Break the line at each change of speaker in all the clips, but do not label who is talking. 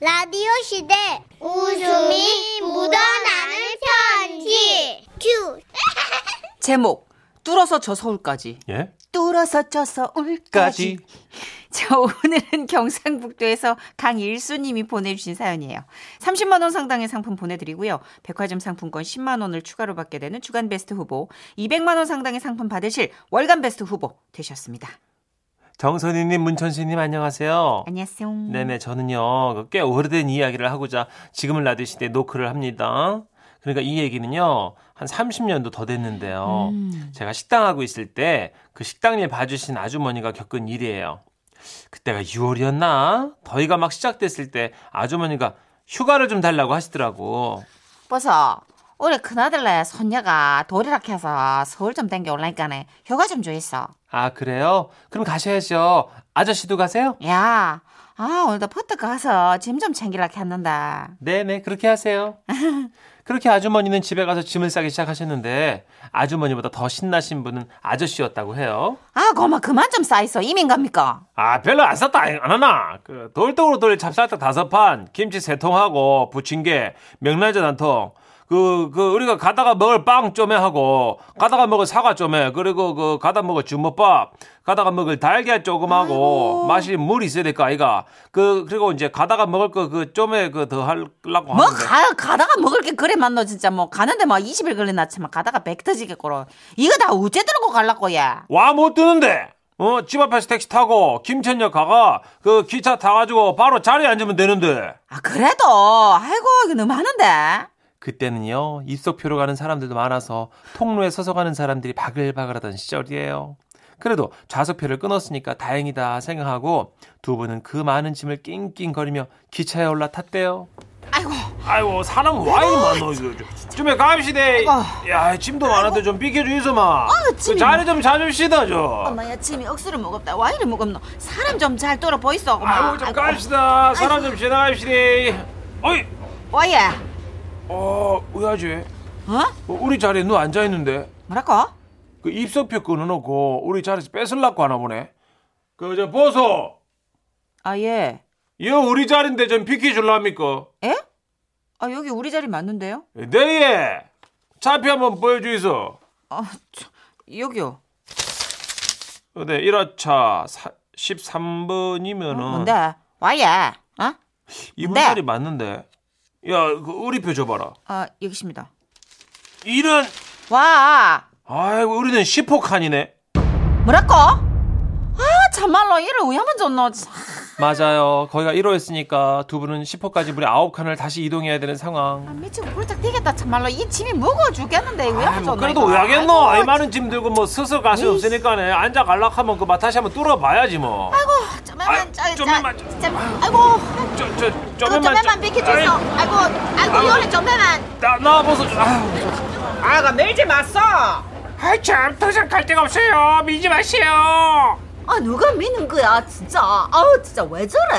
라디오 시대 웃음이 묻어나는 편지 큐
제목 뚫어서 저 서울까지
예?
뚫어서 저 서울까지
까지.
자 오늘은 경상북도에서 강일수님이 보내주신 사연이에요 30만 원 상당의 상품 보내드리고요 백화점 상품권 10만 원을 추가로 받게 되는 주간 베스트 후보 200만 원 상당의 상품 받으실 월간 베스트 후보 되셨습니다
정선희님, 문천식님 안녕하세요.
안녕하세요
어. 네네, 저는요 그 꽤 오래된 이야기를 하고자 지금을 라디오 시대 노크를 합니다. 그러니까 이 얘기는요 한 30년도 더 됐는데요. 제가 식당하고 있을 때 그 식당 일 봐주신 아주머니가 겪은 일이에요. 그때가 6월이었나? 더위가 막 시작됐을 때 아주머니가 휴가를 좀 달라고 하시더라고.
버서 올해 큰아들네 손녀가 도리락해서 서울 좀 댕겨 올라니까네 휴가 좀 줘 있어
아 그래요? 그럼 가셔야죠. 아저씨도 가세요?
야 아, 오늘도 퍼뜩 가서 짐 좀 챙기려고 했는데
네네 그렇게 하세요. 그렇게 아주머니는 집에 가서 짐을 싸기 시작하셨는데 아주머니보다 더 신나신 분은 아저씨였다고 해요.
아, 고마 그만 좀 싸있어. 이민 갑니까?
아 별로 안 쌌다 안 하나. 그 돌떡으로 돌린 찹쌀떡 다섯 판, 김치 세 통하고 부침개, 명란젓 한 통. 그, 그, 우리가 가다가 먹을 빵 쪼매 하고, 가다가 먹을 사과 쪼매, 그리고 그, 가다 먹을 주먹밥, 가다가 먹을 달걀 조금 하고, 맛이 물 있으니까, 아이가. 그, 그리고 이제 가다가 먹을 거 그 쪼매 그 더 하려고
뭐
하는데.
가, 가다가 먹을 게 그래 만노 진짜 뭐 가는데 뭐 20일 걸리나 치만 가다가 백 터지게 꼬로 이거 다 우째 들고 갈라고 아, 야.
와 못 뜨는데 어 집 앞에서 택시 타고 김천역 가가 그 기차 타가지고 바로 자리에 앉으면 되는데
아 그래도 아이고 이거 너무 하는데.
그때는요 입석표로 가는 사람들도 많아서 통로에 서서 가는 사람들이 바글바글하던 시절이에요 그래도 좌석표를 끊었으니까 다행이다 생각하고 두 분은 그 많은 짐을 낑낑거리며 기차에 올라탔대요
아이고
아이고 사람 와인 많어 이거 좀에 갑시다
아이고.
야 짐도 많은데 좀 비켜주이소마 그
짐이
자리 좀 잡읍시다 좀
엄마야 짐이 억수로 무겁다 와이를 무겁노 사람 좀 잘 뚫어 보이소.
아이고 좀 갑시다 사람 좀 지나갑시다 어이
와야
어 의아지
어?
우리 자리에 누 앉아있는데
뭐라고?
그 입석표 끊어놓고 우리 자리에서 뺏을라고 하나 보네 그 저 보소
아 예.
이 우리 자리인데 좀 비켜줄랍니까
예? 아 여기 우리 자리 맞는데요?
네예 차표 한번 보여주이소
아 참, 여기요.
어, 네 1화차
어,
13번이면은
뭔데? 와야. 어?
이분
뭔데?
자리 맞는데 야그 우리표 줘봐라
아 여기십니다.
이런
와.
아이고 우리는 10호 칸이네
뭐라고? 아 참말로 이를 왜하면 줬노 참.
맞아요. 거기가 1호였으니까 두 분은 10호까지 무려 9칸을 다시 이동해야 되는 상황.
아, 미치고 굴짝 뛰겠다 참말로 이 짐이 무거워 죽겠는데 왜하면 줬노
뭐 그래도
이거.
왜 하겠노?
아, 아이고,
아이 많은 짐 들고 뭐 스스로 갈수
에이씨.
없으니까네. 앉아 갈락하면 그맛 다시 한번 뚫어봐야지 뭐.
아이고
아이,
좀만 저,
좀만
자,
좀.
진짜 아이고
저, 저,
아이고 좀만 비켜주소
아이,
아이고 아이고 요래 좀만
나, 나와보소. 아유,
아가 밀지 마서
아이 참, 더 이상 갈 데가 없어요. 밀지 마세요.
아 누가 미는 거야 진짜 아우 진짜 왜 저래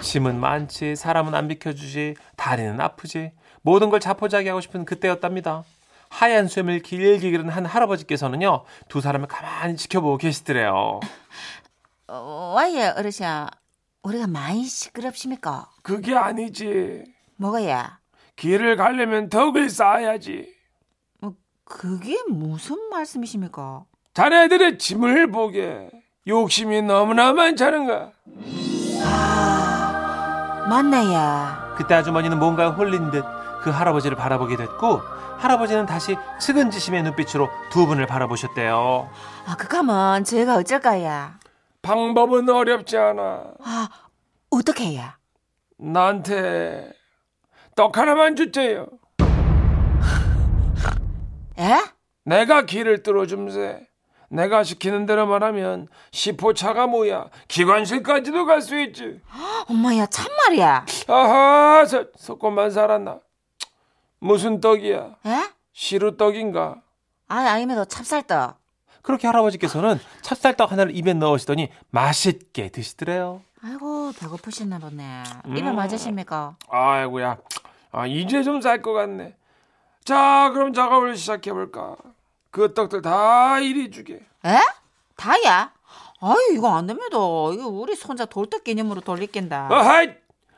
짐은 많지, 사람은 안 비켜주지, 다리는 아프지. 모든 걸 자포자기하고 싶은 그때였답니다. 하얀 수염을 길게 기른 한 할아버지께서는요, 두 사람을 가만히 지켜보고 계시더래요.
어, 와예 어르신아 우리가 많이 시끄럽십니까?
그게 아니지.
뭐가야? 예?
길을 가려면 덕을 쌓아야지.
뭐 그게 무슨 말씀이십니까?
자네들의 짐을 보게. 욕심이 너무나 많잖은가.
맞네 예. 야
그때 아주머니는 뭔가 홀린 듯 그 할아버지를 바라보게 됐고 할아버지는 다시 측은지심의 눈빛으로 두 분을 바라보셨대요.
아 그가면 저희가 어쩔까야? 예?
방법은 어렵지 않아.
아 어떻게 야?
나한테 떡 하나만 주세요.
예?
내가 길을 뚫어줌세. 내가 시키는 대로 말하면 10호차가 뭐야. 기관실까지도 갈 수 있지.
엄마야 참말이야
아하, 저, 속고만 살았나? 무슨 떡이야?
예?
시루떡인가?
아, 아니면 찹쌀떡.
그렇게 할아버지께서는 찹쌀떡 하나를 입에 넣으시더니 맛있게 드시더래요.
아이고, 배고프시나 보네. 입에
음.
맞으십니까?
아이고야, 아, 이제 좀 살 것 같네. 자, 그럼 작업을 시작해볼까? 그 떡들 다 이리 주게.
에? 다야? 아유, 이거 안 됩니다. 이거 우리 손자 돌떡 개념으로 돌리긴다.
어하이!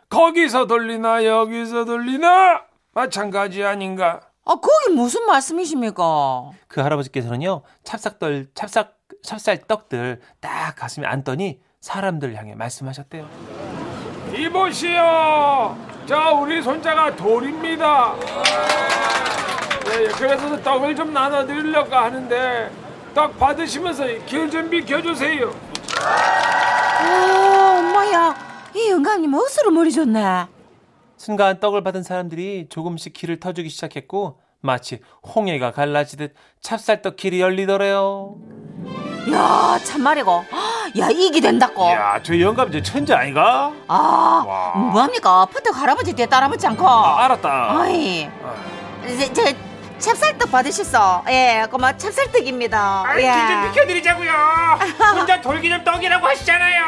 거기서 돌리나 여기서 돌리나 마찬가지 아닌가?
아, 그게 무슨 말씀이십니까?
그 할아버지께서는요 찹쌀떡 찹쌀 찹쌀떡들 딱 가슴에 앉더니 사람들 향해 말씀하셨대요. 이보시오, 자 우리 손자가 돌입니다. 예, 예, 그래서 떡을 좀 나눠드리려고 하는데 떡 받으시면서 길좀 비켜주세요.
오, 엄마야. 아, 이 영감님 억수로 머리 좋네.
순간 떡을 받은 사람들이 조금씩 길을 터주기 시작했고 마치 홍해가 갈라지듯 찹쌀떡 길이 열리더래요.
야, 참말이고. 헉, 야, 이기 된다고.
야, 저 영감 이제 천재 아이가?
아,
와.
뭐합니까? 푸떡 할아버지 뒤에 따라붙지 않고.
아, 알았다.
아이, 제, 제 찹쌀떡 받으셨어. 예, 그만 찹쌀떡입니다. 예.
비켜드리자고요. 혼자 돌기 좀 떡이라고 하시잖아요.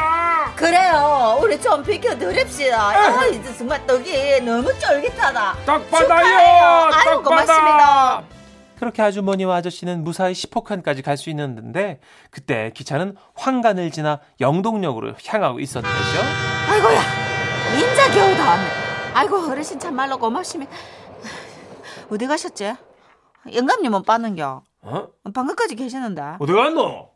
그래요. 우리 좀 비켜드립시다. 아, 이제 정말 떡이 너무 쫄깃하다.
떡
축하해요. 아유, 고맙습니다.
그렇게 아주머니와 아저씨는 무사히 10호칸까지 갈 수 있는데 그때 기차는 황간을 지나 영동역으로 향하고 있었는데요.
아이고야, 인자 겨우 다 왔네. 아이고, 어르신 참말로 고맙습니다. 어디 가셨지? 영감님은 빠는겨.
어?
방금까지 계시는데.
어디 갔노?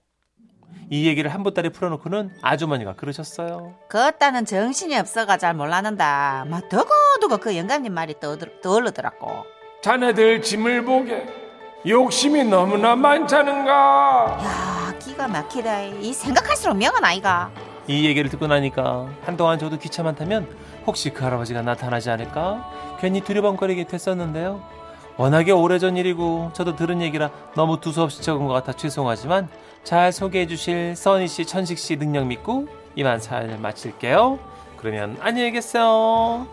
이 얘기를 한보따리 풀어놓고는 아주머니가 그러셨어요.
그따는 정신이 없어가 잘 몰랐는데, 막 더거더거 그 영감님 말이 떠오르- 떠오르더라고.
자네들 짐을 보게 욕심이 너무나 많잖은가.
야, 기가 막히다. 이 생각할수록 명은 아이가.
이 얘기를 듣고 나니까 한동안 저도 기차만 타면 혹시 그 할아버지가 나타나지 않을까 괜히 두리번거리게 됐었는데요. 워낙에 오래전 일이고 저도 들은 얘기라 너무 두서없이 적은 것 같아 죄송하지만 잘 소개해 주실 써니 씨, 천식 씨 능력 믿고 이만 사연을 마칠게요. 그러면 안녕히 계세요.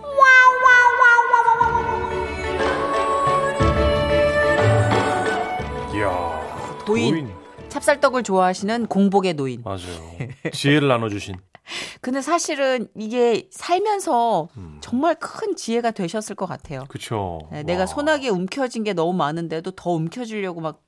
이야,
도인. 찹쌀떡을 좋아하시는 공복의 노인.
맞아요. 지혜를 나눠주신.
근데 사실은 이게 살면서
음.
정말 큰 지혜가 되셨을 것 같아요.
그쵸.
네, 내가 소나기에 움켜쥔 게 너무 많은데도 더 움켜쥐려고 막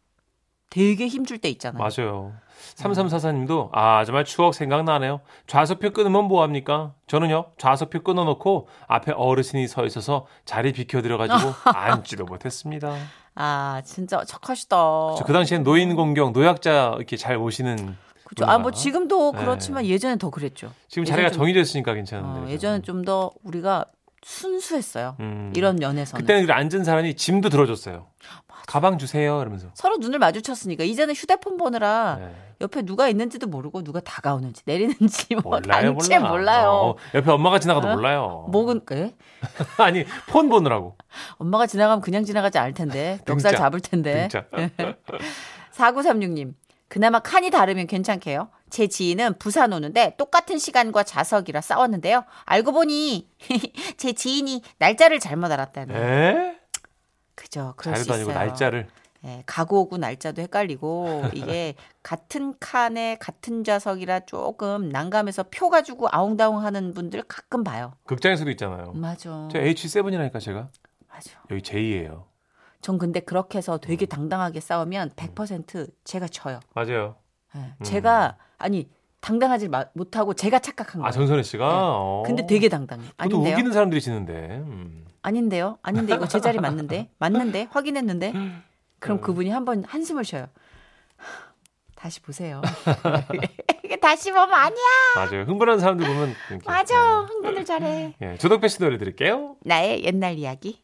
되게 힘줄 때 있잖아요.
맞아요.
네.
3344님도 아 정말 추억 생각나네요. 좌석표 끊으면 뭐합니까? 저는요 좌석표 끊어놓고 앞에 어르신이 서 있어서 자리 비켜드려가지고 앉지도 못했습니다.
아, 진짜 착하시다.
저그 당시엔 노인 공경 노약자 이렇게 잘 모시는
그죠? 아, 뭐
분이라.
지금도
네.
그렇지만 예전엔 더 그랬죠.
지금
예전
자리가
좀-
정해져 있으니까
어,
괜찮은데
예전엔 좀 더 우리가 순수했어요.
그렇죠. 음.
이런 연애에서는.
그때는 그 앉은 사람이 짐도 들어줬어요. 가방 주세요 이러면서.
서로 눈을 마주쳤으니까 이제는 휴대폰 보느라
네.
옆에 누가 있는지도 모르고 누가 다가오는지 내리는지 뭐
몰라요
단체
몰라.
몰라요.
어, 옆에 엄마가 지나가도
어?
몰라요.
목은 에?
아니 폰 보느라고.
엄마가 지나가면 그냥 지나가지 않을 텐데
아, 등짝,
멱살 잡을 텐데
등짝.
4936님 그나마 칸이 다르면 괜찮게요 제 지인은 부산 오는데 똑같은 시간과 좌석이라 싸웠는데요 알고 보니 제 지인이 날짜를 잘못 알았다는
에?
그죠 그럴 수
자리도
있어요
아니고 네. 날짜를.
예, 가고 오고 날짜도 헷갈리고 이게 같은 칸에 같은 좌석이라 조금 난감해서 표 가지고 아웅다웅하는 분들 가끔 봐요
극장에서도 있잖아요.
맞아
저 H7이라니까 제가
맞아
여기 J예요.
전 근데 그렇게 해서 되게 당당하게 싸우면 100% 제가 져요.
맞아요.
예. 제가 아니 당당하지 마- 못하고 제가 착각한 거예요.
아 정선혜 씨가.
네.
어.
근데 되게 당당해.
보통
아닌데요?
우기는 사람들이 지는데. 음.
아닌데요? 아닌데 이거 제 자리 맞는데? 맞는데? 확인했는데? 그럼 그분이 한 번 한숨을 쉬어요. 다시 보세요. 이게 다시 보면 아니야.
맞아요. 흥분한 사람들 보면. 이렇게.
맞아. 흥분을 잘해.
예, 조덕배 씨 노래 드릴게요.
나의 옛날 이야기.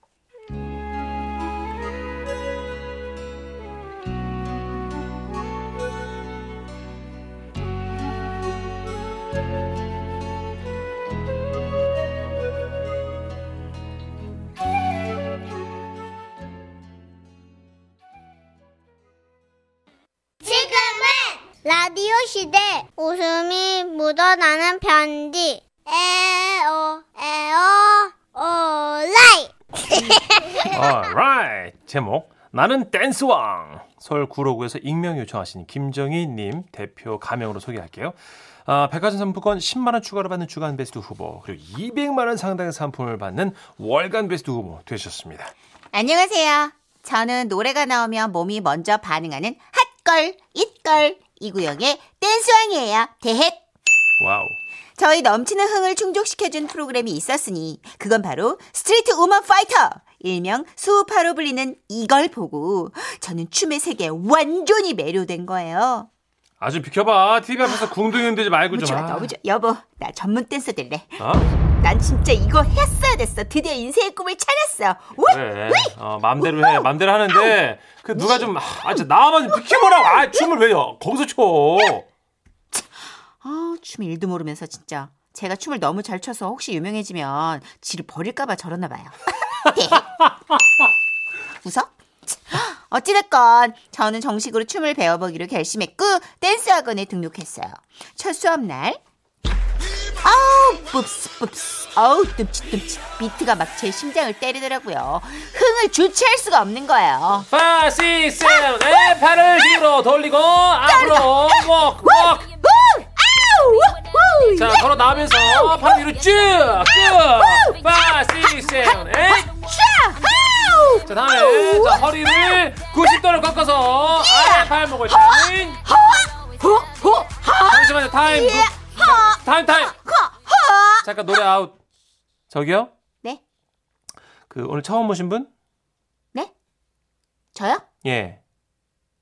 지금은 라디오 시대 웃음이 묻어나는 편지 에어 에어 오라이
Alright. 제목 나는 댄스왕. 서울 구로구에서 익명 요청하신 김정희님 대표 가명으로 소개할게요. 아, 백화점 상품권 10만 원 추가로 받는 주간 베스트 후보 그리고 200만 원 상당의 상품을 받는 월간 베스트 후보 되셨습니다.
안녕하세요. 저는 노래가 나오면 몸이 먼저 반응하는 핫걸, 잇걸 이구역의 댄스왕이에요. 대헷.
와우.
저희 넘치는 흥을 충족시켜준 프로그램이 있었으니 그건 바로 스트리트 우먼 파이터 일명 수우파로 불리는 이걸 보고 저는 춤의 세계에 완전히 매료된 거예요.
아주 비켜봐. TV 앞에서 궁둥이 흔들지 말고 좀.
무치가
아.
너무 좋아. 여보 나 전문 댄서 될래.
어?
난 진짜 이거 했어야 됐어. 드디어 인생의 꿈을 찾았어. 우!
그래. 어, 맘대로 해. 맘대로 하는데 그 누가 좀 아, 아, 진짜 나만 비켜보라고. 아, 춤을 왜 여- 거기서 춰?
아, 춤 일도 모르면서 진짜. 제가 춤을 너무 잘 춰서 혹시 유명해지면 지를 버릴까봐 저러나 봐요. 웃어? 어찌됐건 저는 정식으로 춤을 배워보기로 결심했고 댄스 학원에 등록했어요. 첫 수업 날 아우 뿝스 뿝스 아우 뜸치 뜸치 비트가 막 제 심장을 때리더라고요. 흥을 주체할 수가 없는 거예요.
5, 6, 7, 8, 네, 팔을 뒤로 돌리고 앞으로 목, 목.
우! 아우! 우! 우!
자, 걸어 나오면서 팔 위로 쭉, 쭉. 5, 6, 7, 8.
아우!
자, 다음에 자, 허리를 90도로 꺾어서 아래 팔목을 타임.
호호
잠시만요. 타임. 타임 타임. 잠깐 노래 아웃. 저기요?
네?
그 오늘 처음 오신 분?
네? 저요?
예.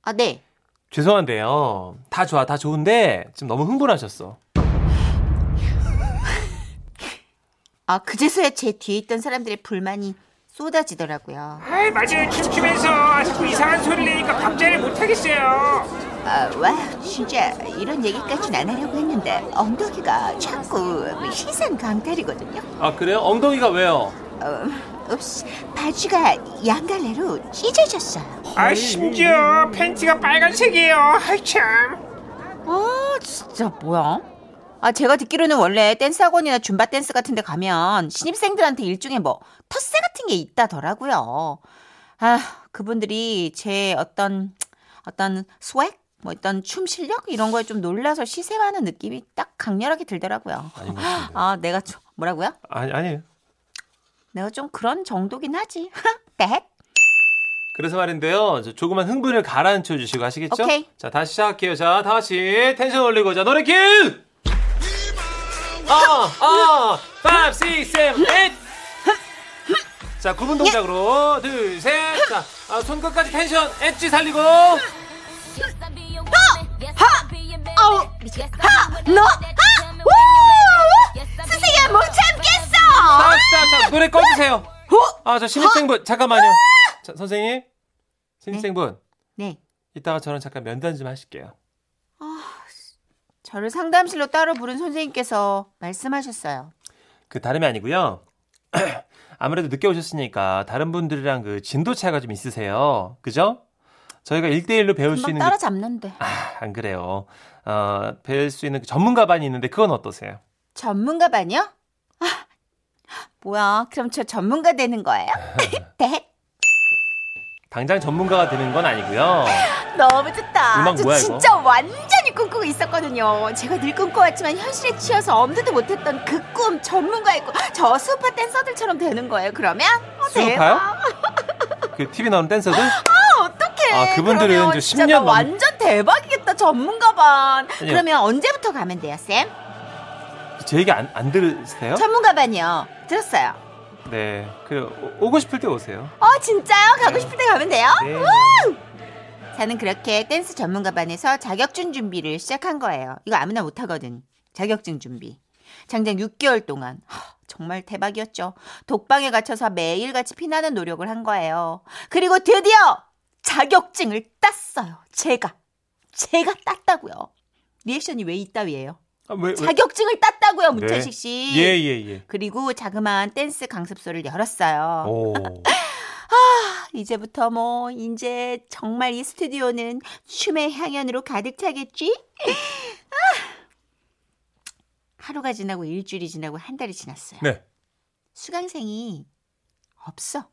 아, 네.
죄송한데요. 다 좋아, 다 좋은데 지금 너무 흥분하셨어.
아, 그제서야 제 뒤에 있던 사람들의 불만이 쏟아지더라고요.
아이 맞아요 춤추면서 자꾸 이상한 소리를 내니까 밤잠을 못하겠어요
아, 와, 진짜 이런 얘기까지는 안 하려고 했는데 엉덩이가 자꾸 시선 강탈이거든요.
아 그래요? 엉덩이가 왜요?
어, 읍스, 바지가 양갈래로 찢어졌어요.
아 심지어 팬티가 빨간색이에요 아이 참
아, 진짜 뭐야? 아, 제가 듣기로는 원래 댄스 학원이나 줌바 댄스 같은 데 가면 신입생들한테 일종의 뭐 텃세 같은 게 있다더라고요. 아, 그분들이 제 어떤 어떤 스웩 뭐 어떤 춤 실력 이런 거에 좀 놀라서 시샘하는 느낌이 딱 강렬하게 들더라고요.
아닌 것 같은데.
아, 내가 좀 뭐라고요?
아니 아니에요.
내가 좀 그런 정도긴 하지. 네? 백.
그래서 말인데요. 저 조그만 흥분을 가라앉혀 주시고 하시겠죠?
오케이.
자 다시 시작할게요. 자 다시 텐션 올리고 자 노래 킬. 아아 5, 6, 7, 8. 자 구분 동작으로 둘 셋. 자 아, 손끝까지 텐션 엣지 살리고.
아우 하너하
아!
우! 선생님 못 참겠어
스탑 스탑. 자 노래 꺼주세요. 아 저 신입생분 잠깐만요. 자 선생님 신입생분.
아! 네.
이따가 저랑 잠깐 면담 좀 하실게요.
저를 상담실로 따로 부른 선생님께서 말씀하셨어요.
그 다름이 아니고요. 아무래도 늦게 오셨으니까 다른 분들이랑 그 진도 차이가 좀 있으세요. 그죠? 저희가 1대1로 배울 수
금방
있는 그-
따라잡는데.
아, 안 그래요. 어, 배울 수 있는 그 전문가 반이 있는데 그건 어떠세요?
전문가 반이요? 아, 뭐야? 그럼 저 전문가 되는 거예요? 네.
당장 전문가가 되는 건 아니고요.
너무 좋다.
음악
저
뭐야, 이거?
진짜 완전히 꿈꾸고 있었거든요. 제가 늘 꿈꿔왔지만 현실에 치여서 엄두도 못했던 그 꿈 전문가의 꿈. 저 수파 댄서들처럼 되는 거예요. 그러면 어,
수우파요?
대박.
그 TV 나오는 댄서들?
어떡해.
아, 그분들은
네, 그러면
이제
진짜
10년
나 완전 대박이겠다. 전문가 반.
아니요.
그러면 언제부터 가면 돼요, 쌤?
제 얘기 안, 안 들으세요?
전문가 반이요. 들었어요.
네. 그 오- 오고 싶을 때 오세요.
어, 진짜요? 가고 싶을 때 가면 돼요?
네.
저는 그렇게 댄스 전문가 반에서 자격증 준비를 시작한 거예요. 이거 아무나 못하거든. 자격증 준비. 장장 6개월 동안. 하, 정말 대박이었죠. 독방에 갇혀서 매일같이 피나는 노력을 한 거예요. 그리고 드디어 자격증을 땄어요. 제가. 제가 땄다고요. 리액션이 왜 이따위예요?
아, 왜, 왜?
자격증을 땄다고요,
네.
문천식 씨.
예, 예, 예.
그리고 자그마한 댄스 강습소를 열었어요.
오.
이제부터 뭐 이제 정말 이 스튜디오는 춤의 향연으로 가득 차겠지? 아! 하루가 지나고 일주일이 지나고 한 달이 지났어요.
네.
수강생이 없어.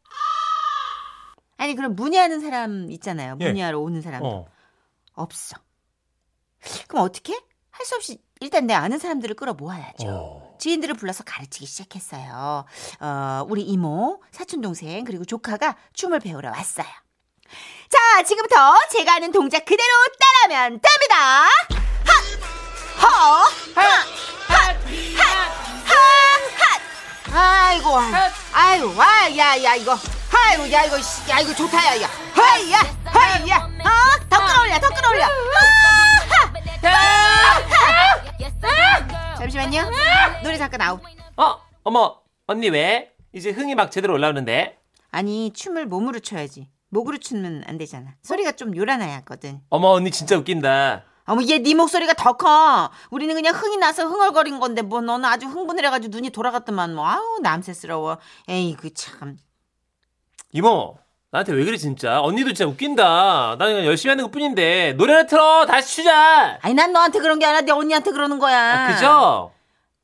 아니 그럼 문의하는 사람 있잖아요.
예.
문의하러 오는 사람
어.
없어. 그럼 어떻게? 할 수 없이 일단 내 아는 사람들을 끌어 모아야죠.
어.
지인들을 불러서 가르치기 시작했어요. 어, 우리 이모, 사촌동생, 그리고 조카가 춤을 배우러 왔어요. 자, 지금부터 제가 하는 동작 그대로 따라하면 됩니다. 하! 허! 하! 하! 하!
아이고 아이, 아이고 와야야 이거 아이고 야 이거 씨, 야 이거 좋다 야야 하이야 하이야
어, 더 끌어올려, 더 끌어올려.
잠시만요. 노래 잠깐 아웃.
어, 어머, 언니 왜? 이제 흥이 막 제대로 올라오는데.
아니 춤을 몸으로 춰야지. 목으로 추면 안 되잖아. 소리가 좀 요란해야 하거든.
어머, 언니 진짜 웃긴다.
어머 얘 네 목소리가 더 커. 우리는 그냥 흥이 나서 흥얼거린 건데 뭐 너는 아주 흥분을 해가지고 눈이 돌아갔더만 뭐 아우 남새스러워. 에이 그 참.
이모, 나한테 왜 그래 진짜? 언니도 진짜 웃긴다. 나 그냥 열심히 하는 것 뿐인데 노래를 틀어 다시 추자.
아니 난 너한테 그런 게 아니라 내 언니한테 그러는 거야.
아, 그죠?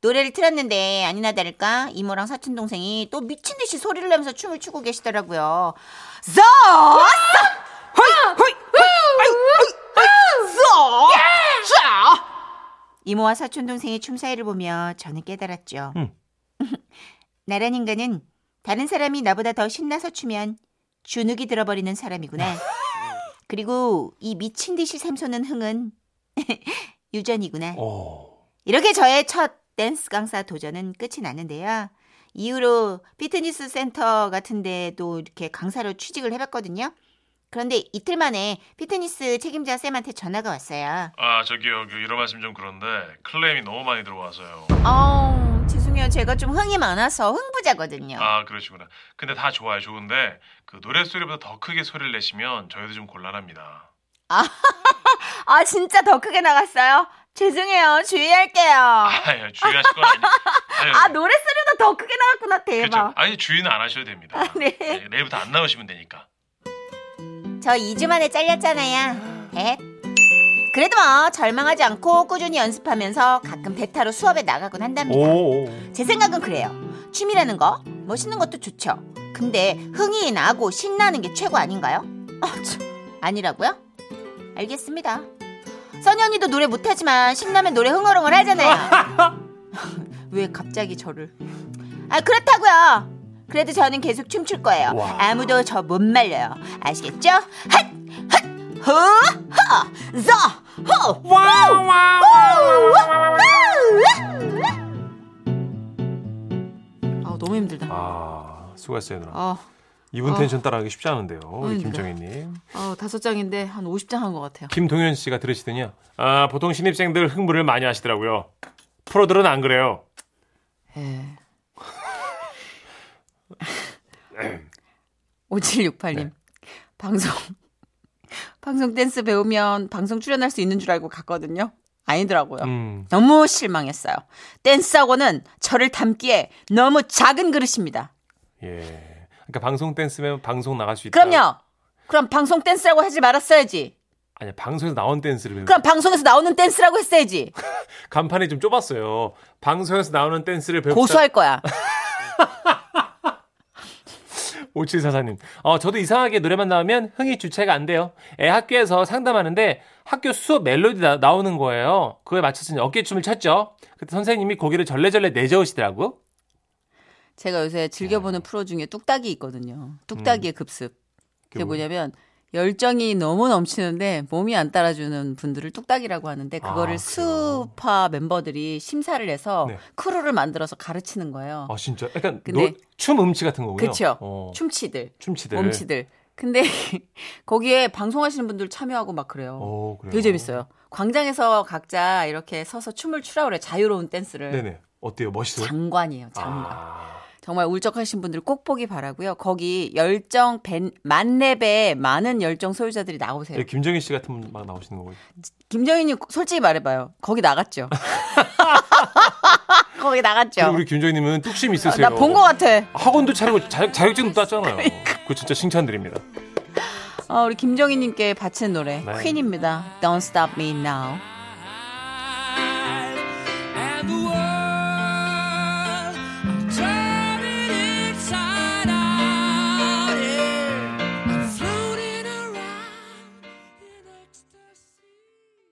노래를 틀었는데 아니나 다를까 이모랑 사촌 동생이 또 미친 듯이 소리를 내면서 춤을 추고 계시더라고요. 아! 써! 이모와 사촌 동생의 춤 사이를 보며 저는 깨달았죠.
음.
나란 인간은 다른 사람이 나보다 더 신나서 추면 주눅이 들어버리는 사람이구나. 그리고 이 미친 듯이 샘솟는 흥은 유전이구나.
어.
이렇게 저의 첫 댄스 강사 도전은 끝이 났는데요. 이후로 피트니스 센터 같은 데도 이렇게 강사로 취직을 해봤거든요. 그런데 이틀 만에 피트니스 책임자 쌤한테 전화가 왔어요.
아 저기요 그 이런 말씀 좀 그런데 클레임이 너무 많이 들어와서요
어, 죄송해요. 제가 좀 흥이 많아서 흥부자거든요.
아 그러시구나 근데 다 좋아요 좋은데 그 노래소리보다 더 크게 소리를 내시면 저희도 좀 곤란합니다
아, 진짜 더 크게 나갔어요. 죄송해요. 주의할게요. 아,
아유 주의하실 건 아니 아유,
노래 소리보다 더 크게 나갔구나.
그렇죠
대박.
아니 주의는 안 하셔도 됩니다
네.
네, 내일부터 안 나오시면 되니까
저 2주 만에 잘렸잖아요. 대. 그래도 뭐 절망하지 않고 꾸준히 연습하면서 가끔 대타로 수업에 나가곤 한답니다.
오.
제 생각은 그래요. 춤이라는 거 멋있는 것도 좋죠. 근데 흥이 나고 신나는 게 최고 아닌가요? 아, 참. 아니라고요? 알겠습니다. 선희 언니도 노래 못하지만 신나면 노래 흥얼흥얼 하잖아요. 왜 갑자기 저를? 아 그렇다고요. 그래도 저는 계속 춤출 거예요.
와.
아무도 저 못 말려요. 아시겠죠? 핫, 핫, 허, 허, 자, 허, 와우, 와우, 와우. 아 너무 힘들다.
아, 수고했어요 누나.
아,
이분 텐션 따라하기 쉽지 않은데요. 우리
그러니까.
김정희님.
아 다섯 장인데 한 50장 한 것 같아요.
김동현 씨가 들으시더니 아, 보통 신입생들 흥분을 많이 하시더라고요. 프로들은 안 그래요.
예. 5768님.
네.
방송 방송 댄스 배우면 방송 출연할 수 있는 줄 알고 갔거든요. 아니더라고요.
음.
너무 실망했어요. 댄스 학원은 저를 담기에 너무 작은 그릇입니다.
예. 그러니까 방송 댄스면 방송 나갈 수 있다.
그럼요. 그럼 방송 댄스라고 하지 말았어야지.
아니, 방송에서 나온 댄스를 배우.
그럼 방송에서 나오는 댄스라고 했어야지.
간판이 좀 좁았어요. 방송에서 나오는 댄스를 배우.
고소할 거야.
5744님. 어, 저도 이상하게 노래만 나오면 흥이 주체가 안 돼요. 애 학교에서 상담하는데 학교 수업 멜로디 나, 나오는 거예요. 그거에 맞춰서 이제 어깨춤을 췄죠. 그때 선생님이 고개를 절레절레 내저으시더라고.
제가 요새 즐겨보는 프로 중에 뚝딱이 있거든요. 뚝딱이의
음.
급습. 그게 뭐냐면 열정이 너무 넘치는데 몸이 안 따라주는 분들을 뚝딱이라고 하는데 그거를
아, 그래요?
수파 멤버들이 심사를 해서
네.
크루를 만들어서 가르치는 거예요.
아, 진짜. 약간
근데-
노- 춤 음치 같은 거군요.
그렇죠.
어,
춤치들,
춤치들.
몸치들. 근데 거기에 방송하시는 분들 참여하고 막 그래요.
어, 그래요.
되게 재밌어요. 광장에서 각자 이렇게 서서 춤을 추라 그래. 자유로운 댄스를.
네네. 어때요? 멋있어요?
장관이에요, 장관.
아,
정말 울적하신 분들 꼭 보기 바라고요. 거기 열정 밴- 만렙의 많은 열정 소유자들이 나오세요.
예, 김정희 씨 같은 분 막 나오시는 거고요.
김정인님 솔직히 말해봐요. 거기 나갔죠. 거기
그리고
나갔죠.
우리 김정희님은 뚝심 있으세요.
아, 나 본 것 같아.
학원도 차리고 자, 자격증도 땄잖아요. 그거 진짜 칭찬드립니다.
어, 우리 김정인님께 바치는 노래
네.
퀸입니다. Don't Stop Me Now.